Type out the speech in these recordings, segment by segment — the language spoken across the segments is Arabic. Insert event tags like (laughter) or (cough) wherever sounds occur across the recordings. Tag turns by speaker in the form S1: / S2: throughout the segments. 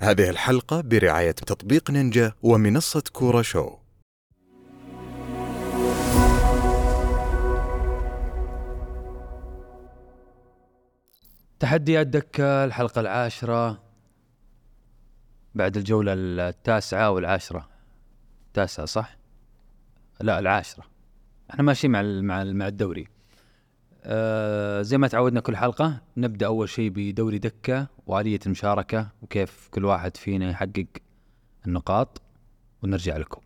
S1: هذه الحلقة برعاية تطبيق نينجا ومنصة كورة شو
S2: تحديات دكة الحلقة العاشرة بعد الجولة التاسعة والعاشرة التاسعة صح؟ لا العاشرة احنا ماشيين مع ال- مع ال- مع الدوري آه زي ما تعودنا كل حلقة نبدأ أول شيء بدوري دكة وآلية المشاركة وكيف كل واحد فينا يحقق النقاط ونرجع لكم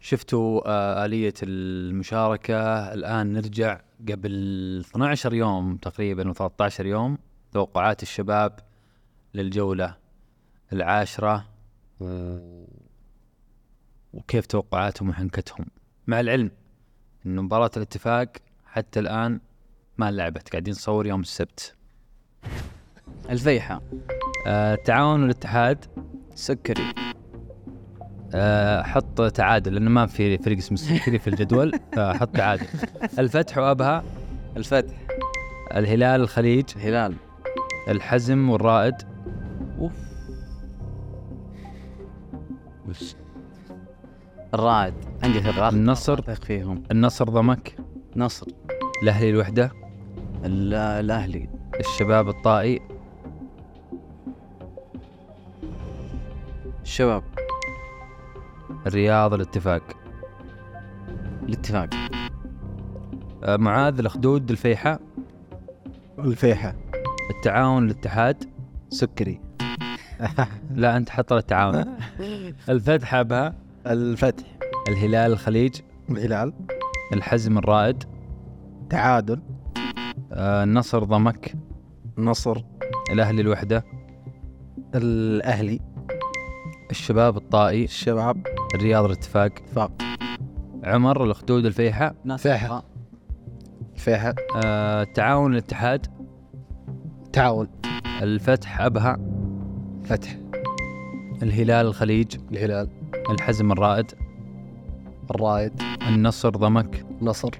S2: شفتوا آه، آلية المشاركة الآن نرجع قبل 12 يوم تقريبا و13 يوم توقعات الشباب للجولة العاشرة و- وكيف توقعاتهم وحنكتهم مع العلم أن مباراة الاتفاق حتى الآن ما لعبت قاعدين نصور يوم السبت
S3: الفيحة
S2: آه، التعاون والاتحاد
S3: سكري
S2: آه، حط تعادل لأنه ما في فريق اسمه سكري في الجدول فحط تعادل الفتح وأبها
S3: الفتح
S2: الهلال الخليج
S3: الهلال
S2: الحزم والرائد
S3: اوف الرائد عندي ثقة
S2: النصر.
S3: اثق فيهم
S2: النصر ضمك
S3: نصر
S2: الاهلي الوحده
S3: ال- الاهلي
S2: الشباب الطائي
S3: الشباب
S2: الرياض الاتفاق
S3: الاتفاق
S2: آه، معاذ الخدود الفيحة
S4: الفيحة
S2: التعاون الاتحاد
S4: سكري
S2: لا انت حط التعاون الفتح ابها
S4: الفتح
S2: الهلال الخليج
S4: الهلال
S2: الحزم الرائد
S4: تعادل
S2: آه، النصر ضمك
S4: النصر
S2: الاهلي الوحده
S4: الاهلي
S2: الشباب الطائي
S4: الشباب
S2: الرياض الاتفاق
S4: اتفاق
S2: عمر الخدود الفيحة
S4: فيحة. الفيحة
S2: آه، التعاون الاتحاد
S4: تعاون
S2: الفتح ابها
S4: فتح
S2: الهلال الخليج
S4: الهلال
S2: الحزم الرائد
S4: الرائد
S2: النصر ضمك
S4: نصر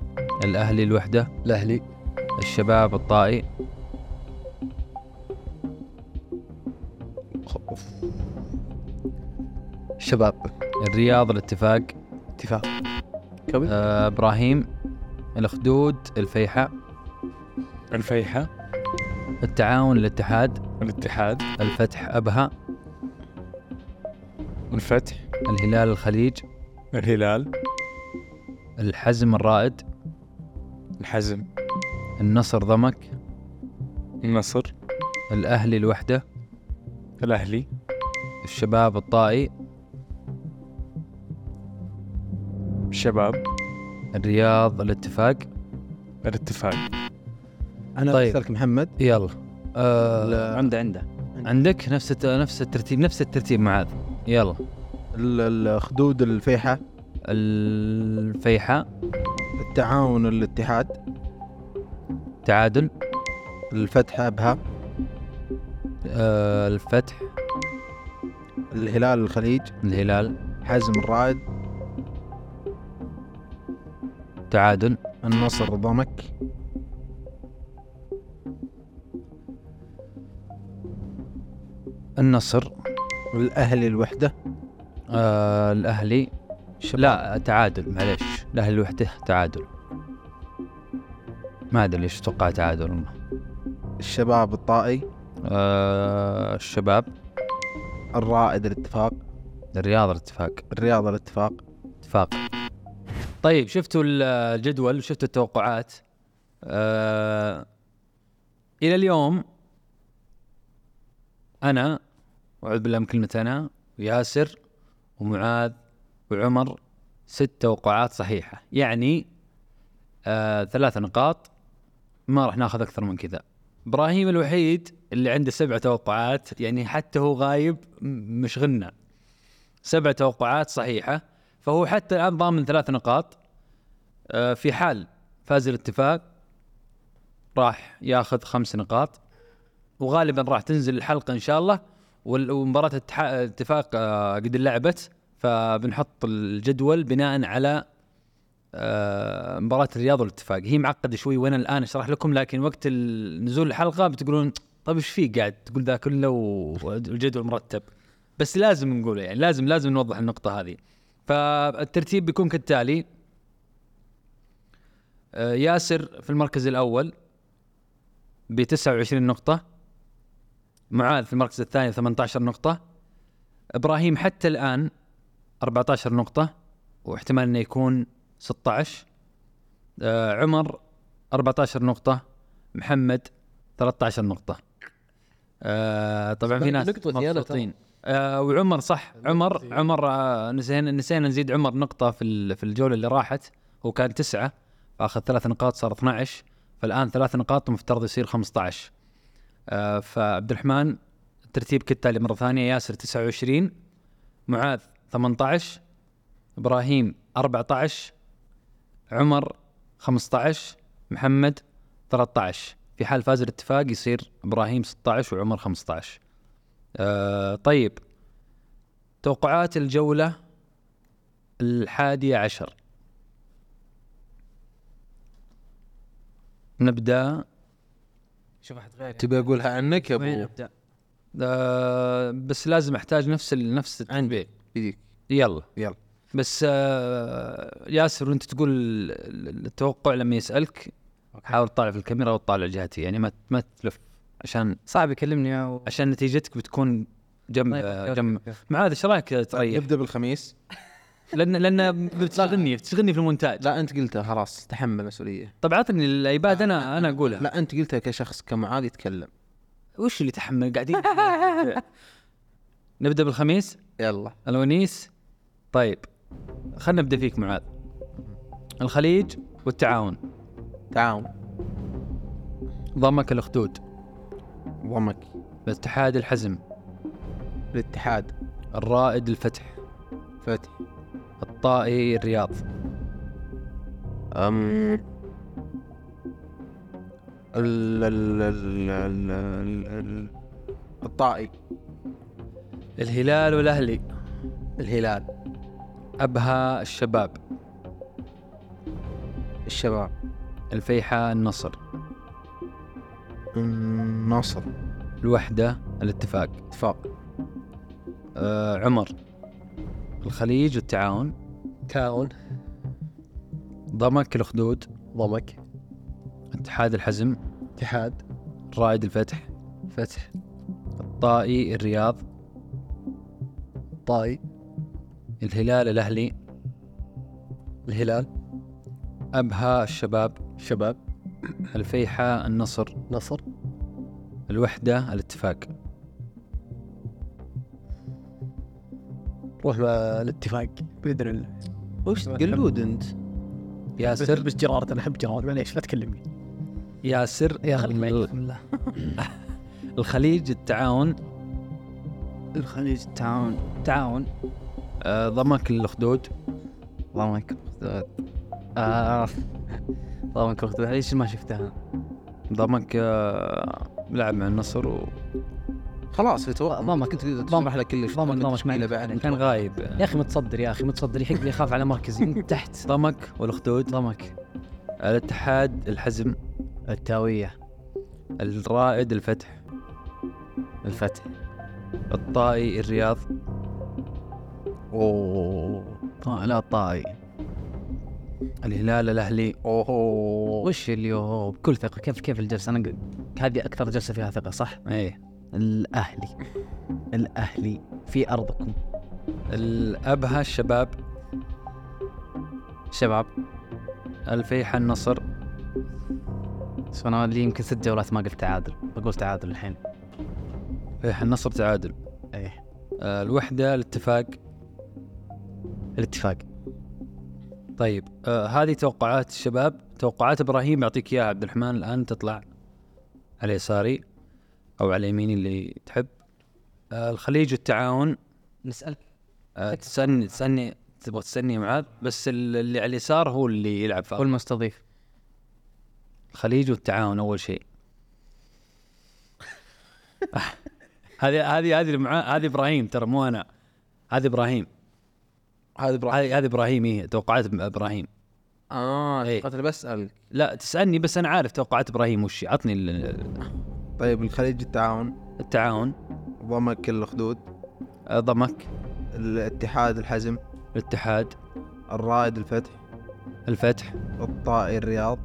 S2: الاهلي الوحده
S4: الاهلي
S2: الشباب الطائي
S4: الشباب
S2: الرياض الاتفاق
S4: اتفاق
S3: كمل
S2: آه، ابراهيم الخدود الفيحة الفيحة التعاون الاتحاد
S5: الاتحاد
S2: الفتح ابها
S5: الفتح
S2: الهلال الخليج
S5: الهلال
S2: الحزم الرائد
S5: الحزم
S2: النصر ضمك
S5: النصر
S2: الاهلي الوحده
S5: الاهلي
S2: الشباب الطائي
S5: الشباب
S2: الرياض الاتفاق
S5: الاتفاق
S2: طيب.
S4: انا طيب. بسألك محمد
S2: يلا آه
S4: ال-
S3: عنده عنده
S2: عندك نفس الت- نفس الترتيب نفس الترتيب معاذ يلا
S4: ال- الخدود الفيحة
S2: الفيحة
S4: التعاون الاتحاد
S2: تعادل
S4: الفتح ابها
S2: آه الفتح
S4: الهلال الخليج
S2: الهلال
S4: حزم الرائد
S2: تعادل
S4: النصر ضمك
S2: النصر
S4: الاهلي الوحدة
S2: آه الاهلي لا تعادل معليش الاهلي لوحده تعادل ما ادري ليش اتوقع تعادل والله.
S4: الشباب الطائي
S2: آه الشباب
S4: الرائد الاتفاق
S2: الرياض الاتفاق
S4: الرياض الاتفاق
S2: اتفاق طيب شفتوا الجدول وشفتوا التوقعات آه الى اليوم انا واعوذ بالله من كلمه انا وياسر ومعاذ وعمر ست توقعات صحيحه يعني آه ثلاث نقاط ما راح ناخذ اكثر من كذا ابراهيم الوحيد اللي عنده سبع توقعات يعني حتى هو غايب م- مشغلنا سبع توقعات صحيحة فهو حتى الآن ضامن ثلاث نقاط آه، في حال فاز الاتفاق راح ياخذ خمس نقاط وغالبا راح تنزل الحلقة إن شاء الله وال- ومباراة الاتحا- الاتفاق آه، قد لعبت فبنحط الجدول بناء على آه، مباراة الرياض والاتفاق هي معقدة شوي وانا الان اشرح لكم لكن وقت ال- نزول الحلقة بتقولون طيب ايش فيه قاعد تقول ذا كله و- والجدول مرتب بس لازم نقوله يعني لازم لازم نوضح النقطة هذه فالترتيب بيكون كالتالي آه، ياسر في المركز الأول ب 29 نقطة معاذ في المركز الثاني 18 نقطة ابراهيم حتى الان 14 نقطة واحتمال انه يكون 16 آه عمر 14 نقطة محمد 13 نقطة آه طبعا في ناس
S6: نقطة زيادة ترى.
S2: مبسوطين آه وعمر صح عمر عمر آه نسينا نسينا نزيد عمر نقطة في ال- في الجولة اللي راحت هو كان تسعة فاخذ ثلاث نقاط صار 12 فالان ثلاث نقاط المفترض يصير 15 آه فعبد الرحمن الترتيب كالتالي مره ثانيه ياسر 29 معاذ 18 ابراهيم 14 عمر 15 محمد 13 في حال فاز الاتفاق يصير ابراهيم 16 وعمر 15 آه طيب توقعات الجوله الحادية عشر نبدأ
S6: شوف احد غيري
S4: تبي اقولها عنك يا
S6: وين
S4: ابو
S6: ابدا؟
S2: آه بس لازم احتاج نفس ال- نفس التنبيه
S4: بيديك
S2: يلا
S4: يلا.
S2: بس آه ياسر وانت تقول ال- ال- التوقع لما يسالك حاول تطالع في الكاميرا وتطالع جهتي يعني ما ت- ما تلف عشان
S6: صعب يكلمني او
S2: عشان نتيجتك بتكون جنب
S6: طيب،
S2: آه،
S6: أوكي،
S2: جنب
S6: أوكي، طيب، أوكي.
S2: معاذ ايش رايك تريح؟
S4: نبدا بالخميس
S2: لان لان بتشغلني بتشغلني في المونتاج
S4: لا انت قلتها خلاص تحمل مسؤوليه
S2: طب اعطني الايباد انا انا اقولها
S4: لا انت قلتها كشخص كمعاذ يتكلم
S2: وش اللي تحمل قاعدين (laughs) نبدا بالخميس
S4: يلا
S2: الونيس طيب خلنا نبدا فيك معاذ الخليج والتعاون
S4: تعاون
S2: ضمك الاخدود
S4: ضمك
S2: الاتحاد الحزم
S4: الاتحاد
S2: الرائد الفتح
S4: فتح
S2: الطائي الرياض
S4: أم ال ال ال ال ال- ال- الطائي
S2: الهلال والاهلي
S4: الهلال
S2: ابها الشباب
S4: الشباب
S2: الفيحاء النصر
S4: أم، ناصر
S2: الوحده الاتفاق
S4: اتفاق
S2: آه عمر الخليج والتعاون
S6: تعاون
S2: ضمك الاخدود
S6: ضمك
S2: اتحاد الحزم
S6: اتحاد
S2: الرائد الفتح
S6: فتح
S2: الطائي الرياض
S6: طاي
S2: الهلال الاهلي
S6: الهلال
S2: ابها الشباب
S6: شباب
S2: الفيحاء النصر
S6: نصر
S2: الوحدة الاتفاق
S6: روح مع الاتفاق باذن الله
S4: وش قلود انت؟
S2: ياسر
S6: بس جرارة انا احب جرارة معليش لا تكلمني
S2: ياسر
S6: يا اخي معي
S2: ال- (laughs) الخليج التعاون
S3: الخليج التعاون تعاون
S2: آه، ضمك الأخدود
S3: ضمك اخدود آه ضمك اخدود ليش ما شفتها
S2: ضمك آه، لعب مع النصر وكان
S4: خلاص يتوقع
S3: ضمك
S4: كنت تشرح لك كل شيء
S3: ضمك- ضمك
S4: تشكيله
S3: معك.
S4: بعد
S2: يعني كان غايب
S6: يا اخي متصدر يا اخي متصدر يحق لي يخاف على مركزي من تحت
S2: (laughs) ضمك والأخدود
S3: ضمك
S2: الاتحاد الحزم
S3: التاوية
S2: الرائد الفتح
S3: الفتح
S2: الطائي الرياض
S3: اوه طا- لا طاي
S2: الهلال الأهلي
S4: اوه
S3: وش اليوم بكل ثقة كيف كيف الجلسة أنا قل- هذه أكثر جلسة فيها ثقة صح؟
S2: إيه
S3: الأهلي الأهلي في أرضكم
S2: الأبها الشباب
S3: شباب
S2: الفيحاء النصر
S3: بس أنا لي يمكن ست جولات ما قلت تعادل بقول تعادل الحين
S2: فيحاء النصر تعادل
S3: إيه
S2: آه، الوحدة الاتفاق
S3: الاتفاق
S2: طيب آه هذه توقعات الشباب توقعات ابراهيم يعطيك اياها عبد الرحمن الان تطلع على يساري او على يميني اللي تحب آه الخليج والتعاون
S6: نسال
S2: آه تسالني تسالني تبغى تسالني يا معاذ بس ال- اللي على اليسار هو اللي يلعب فاول
S3: والمستضيف
S2: الخليج والتعاون اول شيء (laughs) هذه هذه هذه اللي معاه- هذه ابراهيم ترى مو انا هذه ابراهيم
S4: هذا ابراهيم
S2: هذه هذه ابراهيم هي توقعات ب- ابراهيم
S4: اه
S2: إيه.
S4: قلت بسال
S2: لا تسالني بس انا عارف توقعات ابراهيم وش هي. عطني ال-
S4: طيب الخليج التعاون
S2: التعاون
S4: ضم كل الخدود
S2: ضمك
S4: الاتحاد الحزم
S2: الاتحاد
S4: الرائد الفتح
S2: الفتح
S4: الطائي الرياض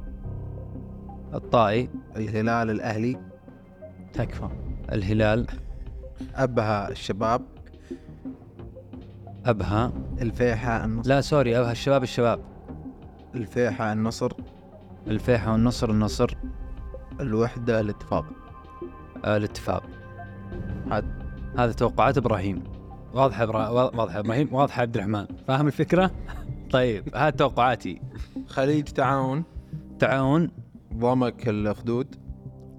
S2: الطائي
S4: الهلال الاهلي
S6: تكفى
S2: الهلال
S4: ابها الشباب
S2: ابها
S4: الفيحاء النصر
S2: لا سوري ابها الشباب الشباب
S4: الفيحاء النصر
S2: الفيحاء والنصر النصر
S4: الوحده الاتفاق
S2: آه، الاتفاق
S4: هذا
S2: هذا توقعات ابراهيم واضحه إبرا... واضحه ابراهيم واضحه عبد الرحمن فاهم الفكره؟ (laughs) طيب هذه توقعاتي
S4: خليج تعاون
S2: تعاون
S4: ضمك الخدود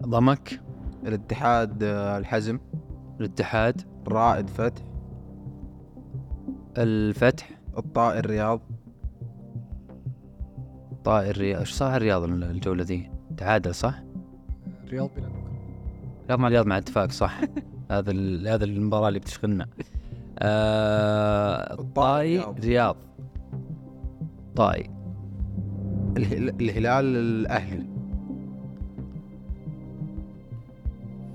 S2: ضمك
S4: الاتحاد آه، الحزم
S2: الاتحاد
S4: الرائد فتح
S2: الفتح
S4: الطائي الرياض
S2: طائر الرياض ايش صار الرياض الجوله ذي؟ تعادل صح؟
S7: رياض بلا
S2: رياض مع الرياض مع اتفاق صح هذا ال- هذا المباراه اللي بتشغلنا آه...
S4: الطائي
S2: طائي
S4: رياض.
S2: رياض طائي
S4: الهل- الهلال الاهلي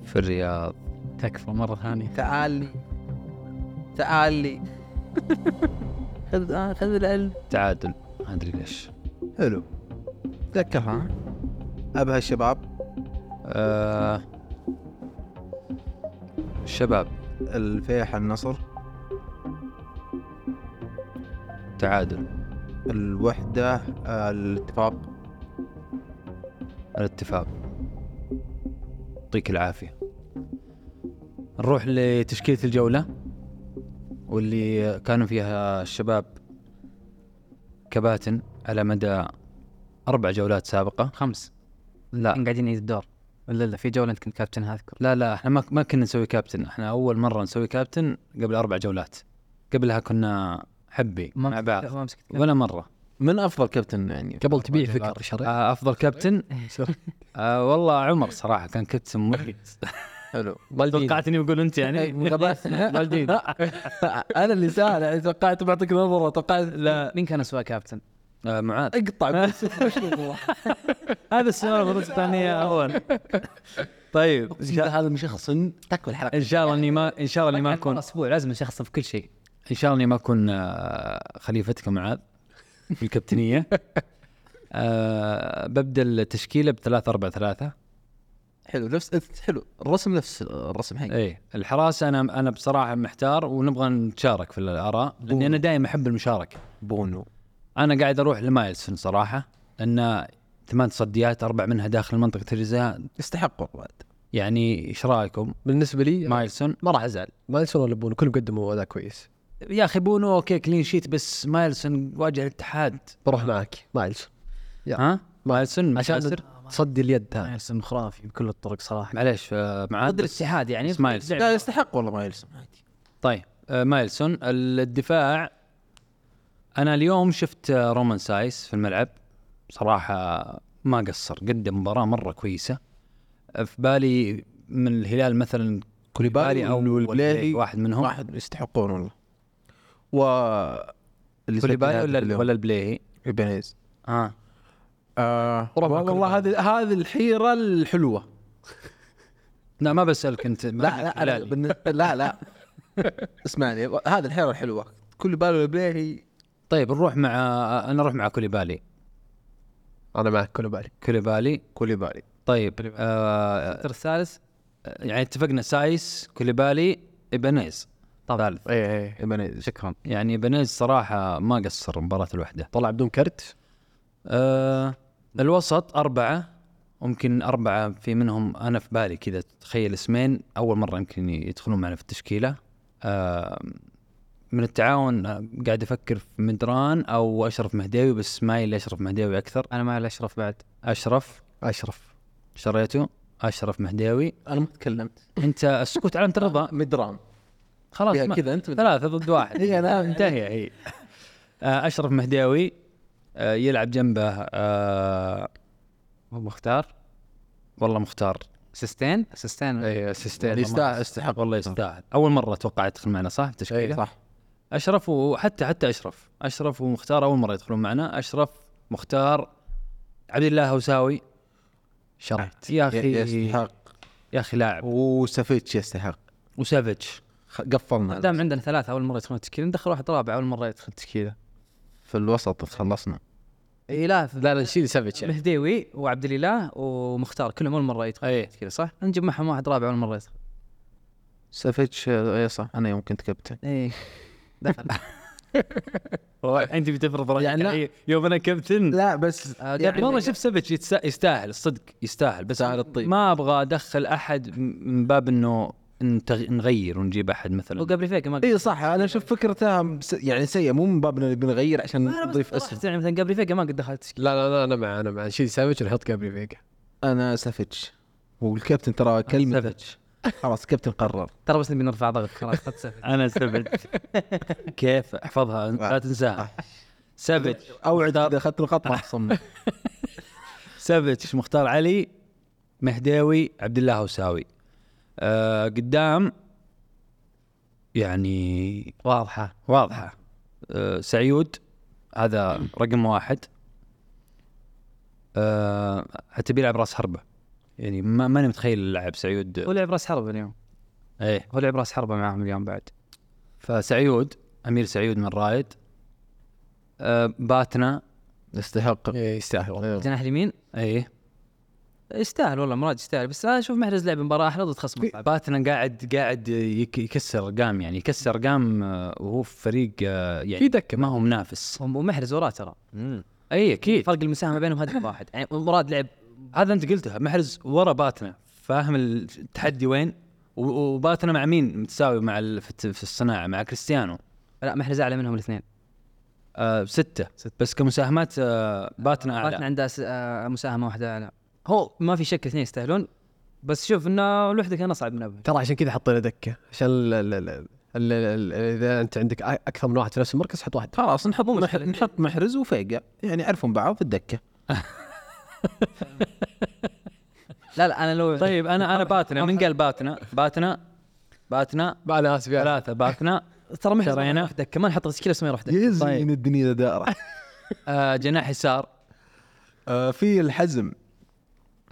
S2: في الرياض
S3: تكفى مره ثانيه
S4: تعالي تعالي خذ آه، خذ القلب
S2: تعادل ما ادري ليش
S4: حلو تذكرها ابها الشباب
S2: آه... الشباب
S4: الفيحاء النصر
S2: تعادل
S4: الوحده آه، الاتفاق
S2: الاتفاق يعطيك العافيه نروح لتشكيله الجوله واللي كانوا فيها الشباب كباتن على مدى اربع جولات سابقه
S3: خمس
S2: لا
S3: إحنا قاعدين نعيد الدور ولا لا في جوله انت كنت كابتن اذكر
S2: لا لا احنا ما ما كنا نسوي كابتن احنا اول مره نسوي كابتن قبل اربع جولات قبلها كنا حبي
S3: ما
S2: مع
S3: مسكت-
S2: بعض
S3: ما مسكت
S2: ولا مره
S4: من افضل كابتن يعني
S6: قبل تبيع فكرة
S3: طيب.
S6: شريت
S2: آه افضل كابتن
S3: (laughs)
S2: آه والله عمر صراحه كان كابتن مفلس (laughs)
S4: حلو
S2: توقعت اني بقول انت يعني (laughs)
S4: والدين انا اللي سهل يعني توقعت بعطيك نظره توقعت لا
S3: مين كان اسوء كابتن؟
S2: آه معاذ
S4: اقطع
S2: هذا السؤال المره الثانيه اول طيب
S4: (laughs) هذا مشخص تاكل حلقه
S2: ان شاء الله اني ما ان شاء الله اني ما
S3: كان
S2: اكون
S3: اسبوع لازم شخص في كل شيء
S2: ان شاء الله اني ما اكون آه، خليفتك يا معاذ
S3: (laughs)
S2: في الكابتنيه آه ببدا التشكيله بثلاثة أربعة ثلاثة
S4: حلو نفس حلو الرسم نفس الرسم حق
S2: اي الحراسه انا انا بصراحه محتار ونبغى نتشارك في الاراء لاني انا دائما احب المشاركه
S4: بونو
S2: انا قاعد اروح لمايلسون صراحه لان ثمان تصديات اربع منها داخل منطقه الجزاء
S4: يستحقوا بعد
S2: يعني ايش رايكم
S7: بالنسبه لي
S2: مايلسون
S7: ما راح ازعل مايلسون ولا بونو كلهم قدموا اداء كويس
S2: يا اخي بونو اوكي كلين شيت بس مايلسون واجه الاتحاد
S7: بروح معك مايلسون
S2: ها مايلسون
S7: عشان
S2: متأثر؟
S7: تصدي اليد هذا
S3: يرسم خرافي بكل الطرق صراحه
S2: معليش آه، معاذ
S3: ضد
S2: بس-
S3: الاتحاد يعني
S2: بس مايلسون.
S4: لا يستحق والله ما يلسم عادي
S2: طيب آه، مايلسون الدفاع انا اليوم شفت آه، رومان سايس في الملعب صراحه ما قصر قدم مباراه مره كويسه آه، في بالي من الهلال مثلا كوليبالي او والبليهي واحد منهم
S4: واحد يستحقون والله و اللي
S2: كوليبالي ولا ولا البليهي
S4: ايبانيز
S2: اه
S4: آه والله هذه هذه الحيره الحلوه
S2: لا ما بسالك انت
S4: لا لا لا بالنسبة- لا, (laughs) لا. اسمعني هذه الحيره الحلوه كل باله البليهي
S2: طيب نروح مع آه، انا اروح مع كوليبالي
S7: انا معك كولوبالي
S2: كوليبالي
S4: كوليبالي
S2: طيب آه الثالث يعني اتفقنا سايس كوليبالي ابنيز طبعا ثالث
S6: إيه،
S7: اي اي
S4: ايبانيز
S3: شكرا
S2: يعني بنيز صراحة ما قصر مباراة الوحدة
S7: طلع بدون كرت
S2: أه الوسط أربعة ممكن أربعة في منهم أنا في بالي كذا تخيل اسمين أول مرة يمكن يدخلون معنا في التشكيلة أه من التعاون آه، قاعد أفكر في مدران أو أشرف مهديوي بس مايل لأشرف مهديوي أكثر
S3: انا مع الاشرف بعد
S2: أشرف
S7: اشرف
S2: شريته أشرف مهديوي
S4: انا ما تكلمت
S2: أنت السكوت علامة
S7: (laughs)
S2: رضا
S4: مدران
S2: خلاص
S4: فيها
S2: ما-
S4: كذا انت مدران.
S2: ثلاثة ضد واحد
S4: إي أنا-
S2: انتهي اي آه، اشرف مهداوي آه، يلعب جنبه آه،
S3: مختار
S2: والله مختار إيه،
S3: سستين سستين
S2: اي اسيستين
S4: يستاهل- يستحق.
S6: إيه،
S2: والله يستاهل اول مرة اتوقع يدخل معنا صح؟ تشكيله
S4: صح
S2: اشرف وحتى حتى اشرف اشرف ومختار اول مره يدخلون معنا اشرف مختار عبد الله هوساوي
S6: شرعت
S2: يا اخي
S4: يستحق
S2: يا اخي لاعب
S4: وسافيتش يستحق
S2: وسافيتش
S4: خ- قفلنا
S6: ما دام عندنا ثلاثة أول مرة يدخلون التشكيلة ندخل واحد رابع أول مرة يدخل التشكيلة
S4: في الوسط خلصنا
S6: إي إيه، لا
S3: لا لا شيل سافيتش يعني
S6: مهديوي وعبد الإله ومختار كلهم أول مرة يدخل
S2: اي
S6: التشكيلة صح؟ نجيب معهم واحد رابع أول مرة يدخل
S4: سافيتش آه، اي صح انا يوم كنت كابتن
S6: إي دخل
S2: (laughs) الحين تبي تفرض رايك
S4: يعني لا.
S2: يعني يوم انا كابتن
S4: لا بس
S6: آه،
S2: يعني
S6: قبل-
S2: والله شوف سافيتش يتس- يستاهل الصدق يستاهل بس
S4: يستاهل الطيب.
S2: ما ابغى ادخل احد من باب انه نتغ- نغير ونجيب احد مثلا
S6: وقبل فيك ما
S4: اي إيه، صح انا اشوف فكرتها مس- يعني سيئه مو من بابنا اللي بنغير عشان
S6: أنا بس
S4: نضيف اسم
S6: صراحة يعني مثلا قبل فيك ما قد دخلت تشكيلة
S7: لا لا لا انا مع انا مع شيل سافيتش ونحط جابري فيجا
S4: انا سافيتش والكابتن ترى كلمة
S2: سافيتش
S4: خلاص كابتن قرر
S6: ترى بس نبي نرفع ضغط خلاص خذ سفر
S2: انا
S6: (laughs)
S2: سافيتش كيف احفظها لا تنساها سافيتش
S4: اوعد اذا اخذت نقاط راح
S6: (laughs)
S4: اخصم
S2: سافيتش مختار علي مهداوي عبد الله هوساوي أه قدام يعني
S6: واضحة
S2: واضحه أه سعيود هذا رقم واحد أه حتى بيلعب راس حربه يعني ما ماني متخيل اللاعب
S6: هو
S2: سعيود
S6: لعب راس حربة اليوم
S2: ايه
S6: هو لعب راس حربة معاهم اليوم بعد
S2: فسعيود امير سعيود من رايد أه باتنا
S4: يستحق
S6: إيه.
S7: يستاهل والله
S6: جناح اليمين
S2: ايه
S6: يستاهل والله مراد يستاهل بس انا اشوف محرز لعب مباراة احلى ضد خصم صعب
S2: باتنا قاعد قاعد يك- يكسر ارقام يعني يكسر ارقام آه، وهو في فريق آه، يعني في دكه ما هو منافس
S6: ومحرز وراه ترى
S2: اي اكيد
S6: فرق المساهمة بينهم هدف (laughs) واحد يعني مراد لعب
S2: هذا انت قلتها محرز ورا باتنا فاهم التحدي وين و- وباتنا مع مين متساوي مع ال- في الت- في الصناعه مع كريستيانو
S6: لا محرز اعلى منهم الاثنين
S2: آه ستة. بس كمساهمات آه باتنا اعلى
S6: باتنا عنده س- آه، مساهمة واحدة اعلى هو ما في شك الاثنين يستاهلون بس شوف انه لوحده كان اصعب من ابوه
S7: ترى عشان كذا حطينا دكه عشان ال- ال- ال- ال- ال- ال- اذا انت عندك أ- اكثر من واحد في نفس المركز حط واحد
S4: خلاص نحط مح- نحط محرز وفيقة يعني يعرفون بعض في الدكه
S6: لا لا انا (laughs) لو
S2: طيب انا انا
S6: (laughs)
S2: باتنا من قال باتنا باتنا باتنا
S7: ما انا اسف
S4: يعني.
S7: يا
S2: ثلاثة باتنا
S6: (laughs) ترى محرز
S2: ترى هنا.
S6: راح دكة ما نحط تشكيلة اسمه يروح دكة
S4: يزين الدنيا دائره
S2: آه جناح يسار
S4: آه، في الحزم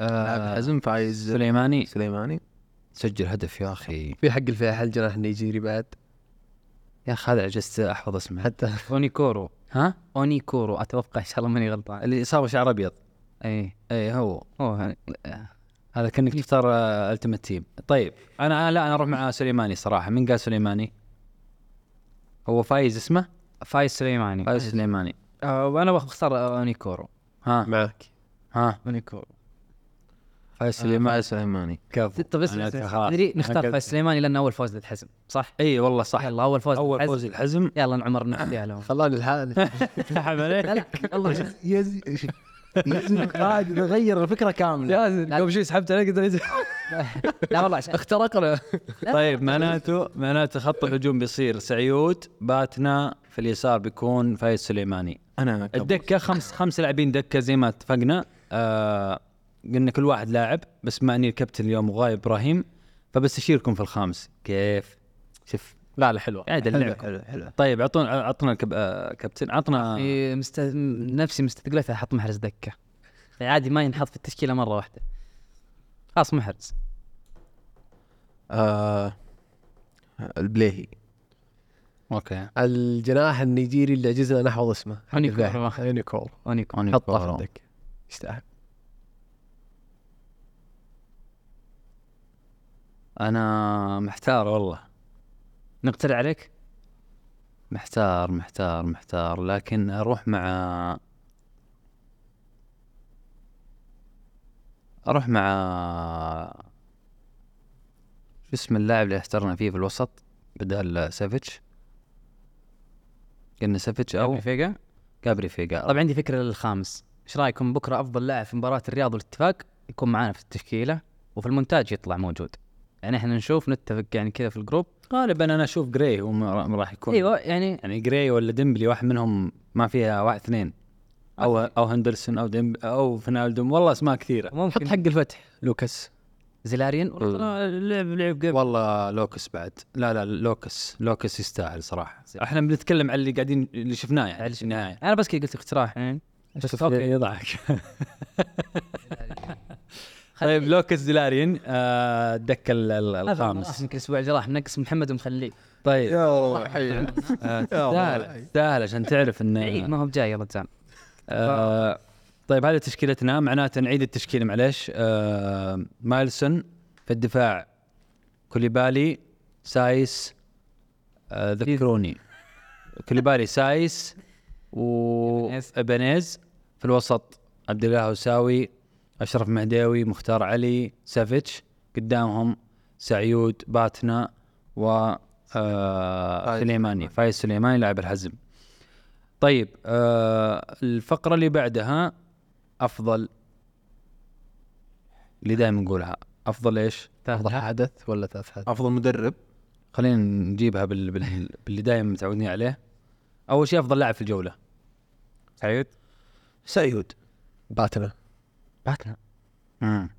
S2: آه
S4: الحزم آه، فايز
S2: سليماني
S4: سليماني
S2: سجل هدف يا اخي
S7: في حق الفيحاء الجناح النيجيري بعد
S2: يا اخي هذا عجزت احفظ اسمه
S7: حتى
S6: اونيكورو
S2: ها
S6: اونيكورو اتوقع ان شاء الله ماني غلطان
S2: اللي صار شعر ابيض
S6: اي
S2: اي هو
S6: هو هذا.
S2: هذا كانك تختار التيمت تيم طيب انا أنا- لا انا اروح مع سليماني صراحه من قال سليماني هو فايز اسمه
S6: فايز سليماني
S2: فايز سليماني
S6: آه، وانا بختار آه، اونيكورو
S2: ها
S7: معك
S2: ها
S6: اونيكورو
S2: فايز سليماني
S4: سليماني
S2: كفو
S6: طب طيب، بس
S2: أنا
S6: بس-
S2: خلاص.
S6: ندري
S2: أنا
S6: نختار
S2: كذا.
S6: فايز سليماني لانه اول فوز للحزم صح؟
S2: اي والله صح
S6: يلا اول فوز
S2: اول
S6: للحزم.
S2: فوز الحزم (laughs)
S6: يلا نعمر نعم. نفسي لهم
S4: (laughs)
S7: خلاني الحال
S2: سحب عليه (laughs)
S6: لا لا والله شوف،
S4: يزين قاعد نغير الفكره كامله
S6: لا.
S7: قبل شوي سحبت عليه قلت
S6: لا والله عشان
S7: اخترقنا
S2: طيب معناته معناته خط الهجوم بيصير سعيود باتنا في اليسار بيكون فايز سليماني
S4: انا كبر.
S2: الدكه خمس خمس لاعبين دكه زي ما اتفقنا آه قلنا كل واحد لاعب بس ما اني الكابتن اليوم وغايب ابراهيم فبستشيركم في الخامس كيف شوف
S7: لا لا حلوه
S2: قاعد
S4: حلو
S2: اللعب
S4: حلو حلو
S2: طيب عطونا عطنا الكب... آه كابتن عطنا
S6: في إيه، مست... نفسي مستثقلتها احط محرز دكه يعني عادي ما ينحط في التشكيله مره واحده خلاص محرز
S4: آه، البليهي
S2: اوكي
S7: الجناح النيجيري اللي عجزنا نحفظ اسمه
S6: أونيكورو.
S7: هونيكور
S6: اونيكورو
S7: حطه في الدكه يستاهل
S2: انا محتار والله
S6: نقتل عليك
S2: محتار محتار محتار لكن اروح مع اروح مع شو اسم اللاعب اللي احترنا فيه في الوسط بدال سافيتش قلنا سافيتش او
S6: رفيقه
S2: جابري فيجا
S6: طبعا طيب، عندي فكره للخامس ايش رايكم بكره افضل لاعب في مباراه الرياض والاتفاق يكون معانا في التشكيله وفي المونتاج يطلع موجود يعني احنا نشوف نتفق يعني كذا في الجروب
S2: غالبا انا اشوف جراي هو ما راح يكون
S6: ايوه يعني
S2: يعني جراي ولا ديمبلي واحد منهم ما فيها واحد اثنين او او هندرسون او ديمب او فنالدوم والله اسماء كثيره
S6: ممكن
S7: حق الفتح لوكاس
S6: زلارين والله
S5: مم.
S2: آه،
S6: ترى لعب لعب قبل
S2: والله لوكس بعد لا لا لوكس لوكس يستاهل صراحه احنا بنتكلم على اللي قاعدين اللي شفناه يعني في النهايه
S6: انا بس كذا قلت اقتراح يعني. بس
S2: اوكي
S6: اوكي
S2: يضحك (laughs) طيب لوكس ديلاريان آه، الدكه ال- ال- الخامس
S6: يمكن الاسبوع اللي راح منقص محمد ومخليه
S2: طيب
S4: يا (laughs) الله حي
S2: آه،
S4: الله.
S2: تستاهل تستاهل عشان تعرف
S6: عيد
S2: انه
S6: ما هو بجاي يا رجال
S2: آه، طيب هذه تشكيلتنا معناته نعيد التشكيله معليش آه، مايلسون في الدفاع كوليبالي سايس آه، ذكروني كوليبالي سايس
S6: إبنيز.
S2: وابنيز في الوسط عبد الله هوساوي اشرف مهداوي مختار علي سافيتش قدامهم سعيود باتنا و آه، سليماني فايز سليماني لاعب الحزم طيب آه الفقره اللي بعدها افضل اللي دائما نقولها افضل ايش
S7: ثالث حدث ولا ثالث حدث؟
S4: افضل مدرب
S2: خلينا نجيبها بال... بال... باللي دائما متعودين عليه اول شيء افضل لاعب في الجوله
S5: سعيد
S2: سعيود
S7: باتنا
S6: بعتنا
S2: امم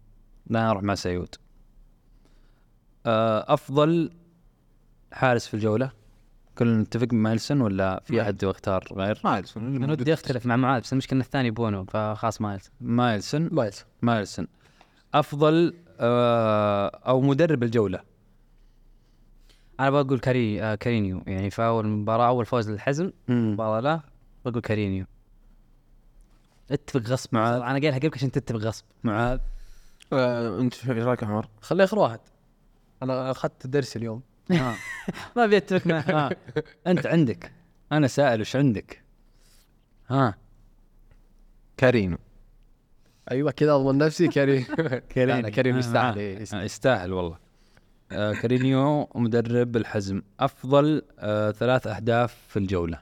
S2: لا اروح مع سعيود آه افضل حارس في الجوله كلنا نتفق مع ميلسون ولا في احد يختار غير
S4: ما أدري شنو.
S6: انا ودي اختلف مع معاذ بس المشكله إن الثاني بونو فخلاص ما ألت.
S2: مايلسون
S7: مايلز
S2: مايلسون افضل آه او مدرب الجوله
S6: انا بقول كاري آه كارينيو يعني فاول مباراه اول فوز للحزم مباراه لا بقول كارينيو اتفق غصب معاذ انا قايلها قبلك عشان تتفق غصب
S2: معاذ
S4: آه، انت شو- ايش رايك يا عمر؟
S7: خليه اخر واحد انا اخذت درس اليوم
S6: ما بيتفق معه
S2: (laughs) آه. انت عندك انا سائل وش عندك ها
S4: كارينو
S7: ايوه كذا اضمن نفسي
S4: (laughs)
S7: كريم لا، لا، كريم
S2: آه،
S7: يستاهل،
S2: آه،
S7: إيه، يستاهل.
S2: آه، يستاهل والله آه كارينيو مدرب الحزم افضل آه ثلاث اهداف في الجوله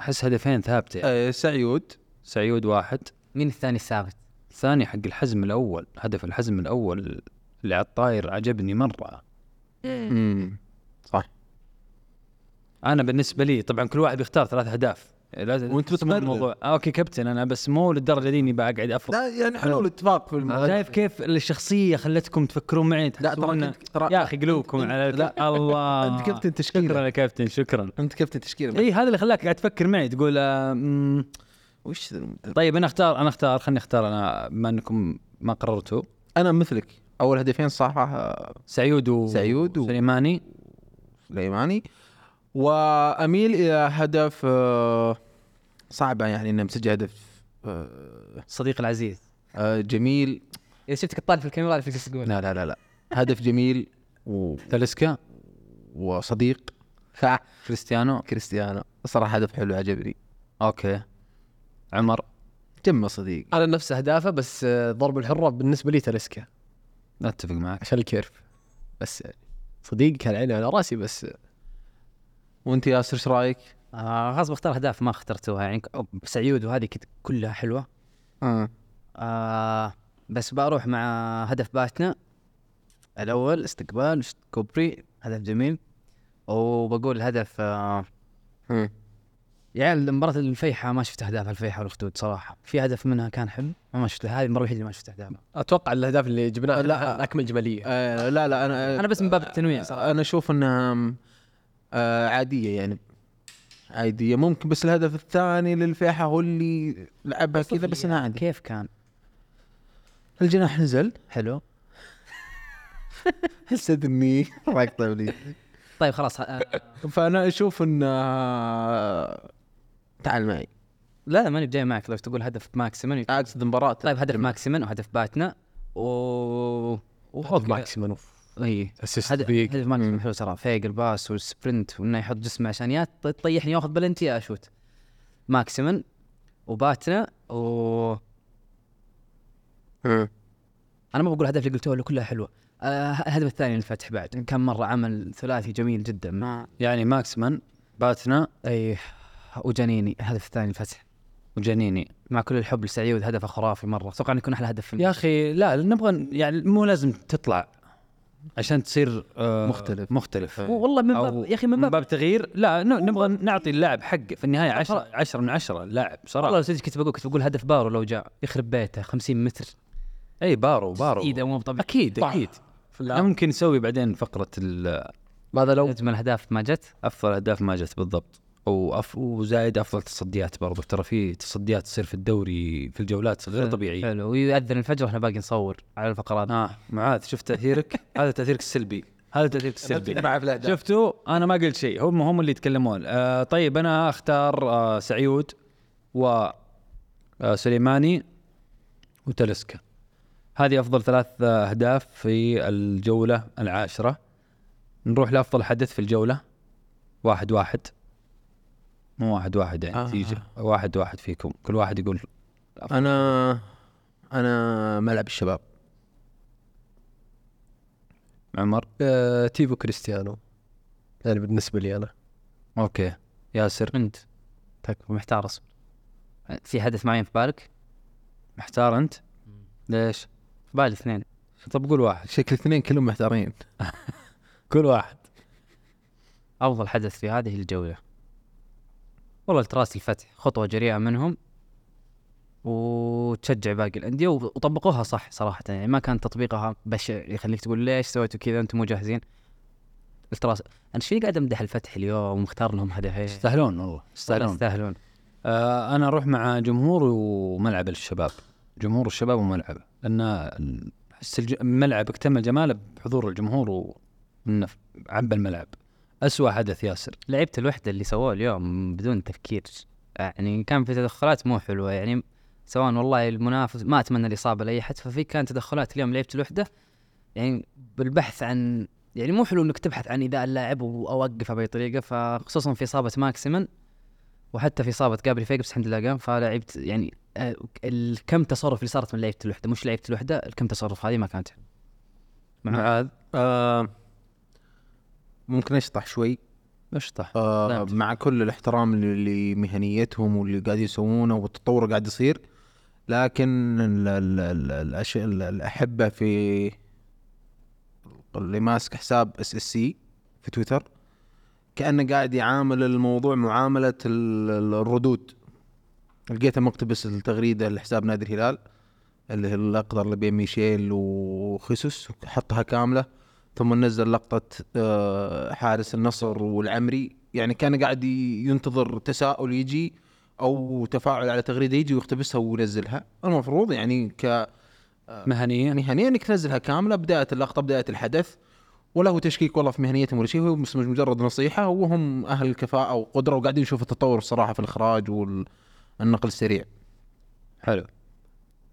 S2: احس هدفين ثابته
S4: آه، سعيود
S2: سعيود واحد
S6: مين الثاني الثابت؟
S2: ثاني حق الحزم الاول هدف الحزم الاول اللي على الطاير عجبني مره
S4: مم.
S2: انا بالنسبه لي طبعا كل واحد بيختار ثلاث اهداف لازم
S4: وأنت بس
S2: تستمر
S4: مدرب.
S2: الموضوع آه اوكي كابتن انا بس مو للدرجه دي اني بقعد افرض
S4: لا يعني حلو الاتفاق في الم...
S2: شايف كيف الشخصية خلتكم تفكرون معي
S4: لا ترى
S2: تحسون
S4: كنت- ترى-
S2: يا اخي قلوبكم على لا الله
S4: انت كابتن
S2: شكرا
S4: تشكيله
S2: يا كابتن شكرا
S4: انت كابتن تشكيله
S2: اي هذا اللي خلاك قاعد تفكر معي تقول آه، مم،
S4: وش ذا المدرب؟
S2: طيب انا اختار انا اختار خلني اختار انا بما انكم ما قررتوا
S4: انا مثلك اول هدفين صراحه
S2: سعيود و
S4: سعيود و-
S2: سليماني
S4: سليماني واميل الى هدف آه، صعبه يعني انه مسجل هدف آه،
S6: صديقي العزيز
S4: آه، جميل
S6: اذا شفتك تطالع في الكاميرا اعرف ايش تقول
S4: لا لا لا لا هدف جميل و...
S2: تاليسكا
S4: وصديق (laughs) فا
S2: كريستيانو
S4: كريستيانو صراحه هدف حلو عجبني
S2: اوكي عمر
S4: جمع صديق
S2: آه.
S7: انا نفس اهدافه بس آه، ضرب الحره بالنسبه لي تلسكا
S2: اتفق معك
S7: عشان الكيرف بس يعني صديق كان عيني على راسي بس آه،
S4: وانت ياسر ايش رايك؟
S6: آه غصب اختار اهداف ما اخترتوها يعني ك- أوب، سعيود وهذه كت- كلها حلوه
S4: آه.
S6: آه بس بروح مع هدف باتنا الاول استقبال شت- كوبري هدف جميل وبقول هدف آه
S4: مم.
S6: يعني المباراة الفيحة ما شفت اهداف الفيحة والخدود صراحة، في هدف منها كان حلو ما شفت هذه المرة الوحيدة اللي ما شفت اهدافها.
S7: اتوقع الاهداف اللي جبناها
S4: لا.
S7: لا اكمل جماليه
S4: آه لا لا انا
S6: انا بس من باب التنويع صراحة.
S4: انا اشوف انها م، آه عاديه يعني عاديه ممكن بس الهدف الثاني للفيحة هو اللي لعبها كذا بس انها عادي
S6: كيف كان؟
S4: الجناح نزل
S6: حلو؟
S4: سدني راقطه لي
S6: طيب خلاص آه،
S4: فانا اشوف ان آه، تعال معي
S6: لا لا ماني بجاي معك لو تقول هدف ماكسيمن
S4: اقصد مباراه
S6: طيب هدف ماكسيمن وهدف باتنا و
S7: هدف ماكسيمانو
S6: اي
S7: اسيست
S6: هدف
S7: بيك
S6: هدف ماكسيمن حلو ترى فيق الباس والسبرنت وانه يحط جسمه عشان يا تط- تطيحني ياخذ بلنتي يا اشوت ماكسيمن وباتنا و
S4: مم.
S6: انا ما بقول الهدف اللي قلته له كلها حلوه آه الهدف الثاني للفتح بعد كان مره عمل ثلاثي جميل جدا مع
S2: يعني ماكسمان باتنا
S6: اي وجنيني الهدف الثاني للفتح
S2: وجنيني
S6: مع كل الحب لسعيود هدفه خرافي مره اتوقع انه يكون احلى هدف في
S2: يا اخي لا نبغى يعني مو لازم تطلع عشان تصير آه
S4: مختلف.
S2: مختلف
S6: والله من
S2: أو
S6: باب يا اخي من
S2: من
S6: باب
S2: باب تغيير لا ن- نبغى نعطي اللاعب حقه في النهايه 10 10 من 10 اللاعب
S6: والله
S2: صراحه
S6: لو صدق كنت بقول كنت بقول هدف بارو لو جاء يخرب بيته 50 متر
S2: اي بارو بارو
S6: ايده مو طبيعي
S2: اكيد اكيد أنا ممكن نسوي بعدين فقره ال-
S7: ماذا لو
S6: اجمل اهداف ما جت
S2: افضل اهداف ما جت بالضبط وأف... وزايد افضل تصديات برضو ترى في تصديات تصير في الدوري في الجولات غير طبيعيه
S6: حلو ويؤذن الفجر واحنا باقي نصور على الفقرات
S2: اه معاذ شفت
S6: (laughs)
S2: تاثيرك هذا تاثيرك السلبي هذا تاثيرك السلبي
S4: معه في الاهداف
S2: شفتوا انا ما قلت شيء هم هم اللي يتكلمون آه طيب انا اختار آه سعيود و آه سليماني وتلسكا هذه افضل ثلاث آه، اهداف في الجوله العاشره نروح لافضل حدث في الجوله واحد واحد مو واحد واحد يعني
S4: آه.
S2: نتيجه واحد واحد فيكم كل واحد يقول
S4: انا انا ملعب الشباب
S2: عمر
S7: آه، تيفو كريستيانو يعني بالنسبه لي انا
S2: اوكي ياسر
S6: انت تكفى محتار اصبر في حدث معين في بالك؟
S2: محتار انت
S6: ليش؟ في بالي اثنين
S2: طب قول واحد
S4: شكل اثنين كلهم
S7: (laughs)
S4: محتارين
S2: كل واحد
S6: افضل حدث في هذه الجوله والله التراس الفتح خطوه جريئه منهم وتشجع باقي الانديه وطبقوها صح صراحه يعني ما كان تطبيقها بشع يخليك تقول ليش سويتوا كذا انتم مو جاهزين التراس انا ايش فيني قاعد امدح الفتح اليوم ومختار لهم هدفين
S2: يستاهلون والله يستاهلون
S6: يستاهلون
S2: آه، انا اروح مع جمهور وملعب الشباب جمهور الشباب وملعبه لان ال- احس الج- الملعب اكتمل جماله بحضور الجمهور و إنه ف- عبى الملعب أسوأ حدث ياسر
S6: لعبت الوحده اللي سووه اليوم بدون تفكير يعني كان في تدخلات مو حلوه يعني سواء والله المنافس ما اتمنى الاصابه لاي احد ففي كان تدخلات اليوم لعبت الوحده يعني بالبحث عن يعني مو حلو انك تبحث عن ايذاء اللاعب واوقفه باي طريقه فخصوصا في اصابه ماكسيمن وحتى في اصابه جابري فيجبس الحمد لله قام فلعبت يعني آه، ال- كم تصرف اللي صارت من لعيبه الوحده مش لعيبه الوحده الكم تصرف هذه ما كانت
S2: معاذ
S4: آه ممكن اشطح شوي
S2: اشطح
S4: آه
S2: سلامتك.
S4: مع كل الاحترام ل- لمهنيتهم واللي قاعد يسوونه والتطور اللي قاعد يصير لكن ال- ال- ال- الأشياء ال- الاحبه في اللي ماسك حساب اس اس سي في تويتر كانه قاعد يعامل الموضوع معامله ال- ال- الردود لقيته مقتبس التغريده لحساب نادي الهلال اللي هي الاقدر اللي بين ميشيل وخيسوس حطها كامله ثم نزل لقطه آه، حارس النصر والعمري يعني كان قاعد ي- ينتظر تساؤل يجي او تفاعل على تغريده يجي ويقتبسها وينزلها المفروض يعني ك
S2: آه. مهنيا
S4: مهنيا انك تنزلها كامله بدايه اللقطه بدايه الحدث ولا هو تشكيك والله في مهنيتهم ولا شيء هو بس مجرد نصيحه وهم اهل الكفاءه وقدره وقاعدين يشوفوا التطور صراحه في الاخراج والنقل السريع
S2: حلو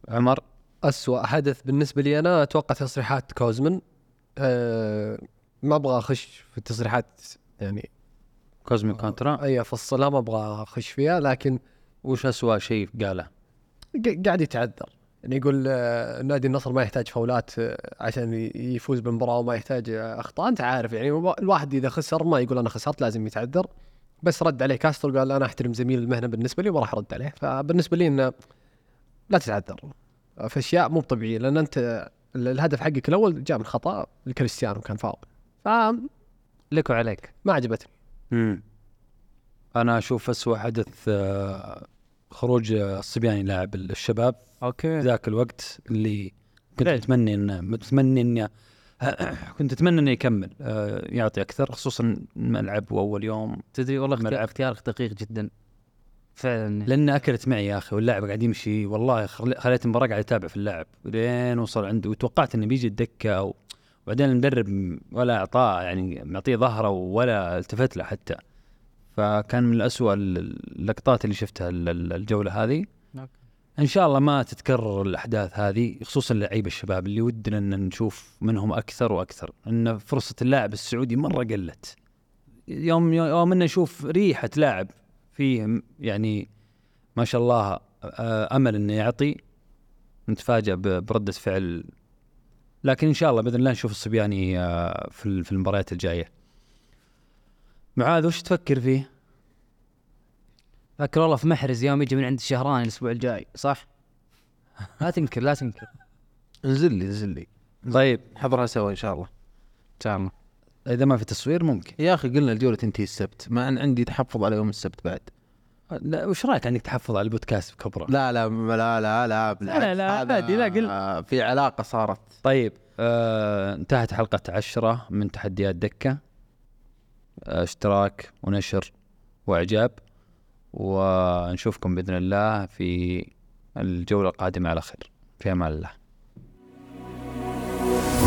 S2: عمر
S7: أسوأ حدث بالنسبة لي أنا أتوقع تصريحات كوزمن أه ما أبغى أخش في التصريحات يعني
S2: كوزمي كونترا
S7: أي أفصلها ما أبغى أخش فيها لكن
S2: وش أسوأ شيء قاله
S7: ق- قاعد يتعذر يعني يقول آه، نادي النصر ما يحتاج فاولات آه، عشان ي- يفوز بالمباراة وما يحتاج آه، أخطاء أنت عارف يعني هو الواحد إذا خسر ما يقول أنا خسرت لازم يتعذر بس رد عليه كاستر قال أنا أحترم زميل المهنة بالنسبة لي وما راح أرد عليه فبالنسبة لي إنه لا تتعذر في أشياء مو طبيعية لأن أنت آه، ال- الهدف حقك الأول جاء من خطأ لكريستيانو كان فاول فما
S6: لك وعليك
S7: عجبتني
S2: مم. انا اشوف أسوأ حدث آه، خروج آه، الصبيان يلاعب الشباب
S6: اوكي
S2: ذاك الوقت اللي
S6: إيه.
S2: كنت متمني انه متمني اني (clears throat) كنت اتمنى انه يكمل آه، يعطي اكثر خصوصا ملعب واول يوم
S6: تدري والله اختيار-
S2: ملعب.
S6: اختيارك دقيق جدا فعلا
S2: لان اكلت معي يا اخي واللاعب قاعد يمشي والله خل- خليت المباراه قاعد اتابع في اللاعب لين وصل عنده وتوقعت انه بيجي الدكه او وبعدين المدرب م- ولا اعطاه يعني معطيه ظهره ولا التفت له حتى فكان من الأسوأ ال- ال- اللقطات اللي شفتها ال- ال- الجوله هذه ان شاء الله ما تتكرر الاحداث هذه خصوصا لعيبه الشباب اللي ودنا ان نشوف منهم اكثر واكثر ان فرصه اللاعب السعودي مره قلت يوم يوم ان نشوف ريحه لاعب فيه م- يعني ما شاء الله آه، امل انه يعطي نتفاجأ ب- برده فعل لكن ان شاء الله باذن الله نشوف الصبياني آه، في ال- في المباريات الجايه معاذ وش تفكر فيه؟
S6: فاكر والله في محرز يوم يجي من عند الشهراني الاسبوع الجاي صح؟ لا تنكر لا تنكر
S4: انزل لي انزل لي
S2: طيب
S4: نحضرها سوا ان شاء الله
S6: ان شاء الله
S2: اذا ما في تصوير ممكن
S4: يا اخي قلنا الجوله تنتهي السبت ما أنا عندي تحفظ على يوم السبت بعد
S2: لا، وش رايك انك تحفظ على البودكاست بكبره؟
S4: لا لا لا لا لا بالعكس
S2: لا، لا،
S4: هذا
S2: عادي، لا، قل-
S4: آه، في علاقه صارت
S2: طيب آه انتهت حلقة عشرة من تحديات دكة آه اشتراك ونشر وإعجاب ونشوفكم بإذن الله في الجولة القادمة على خير في أمان الله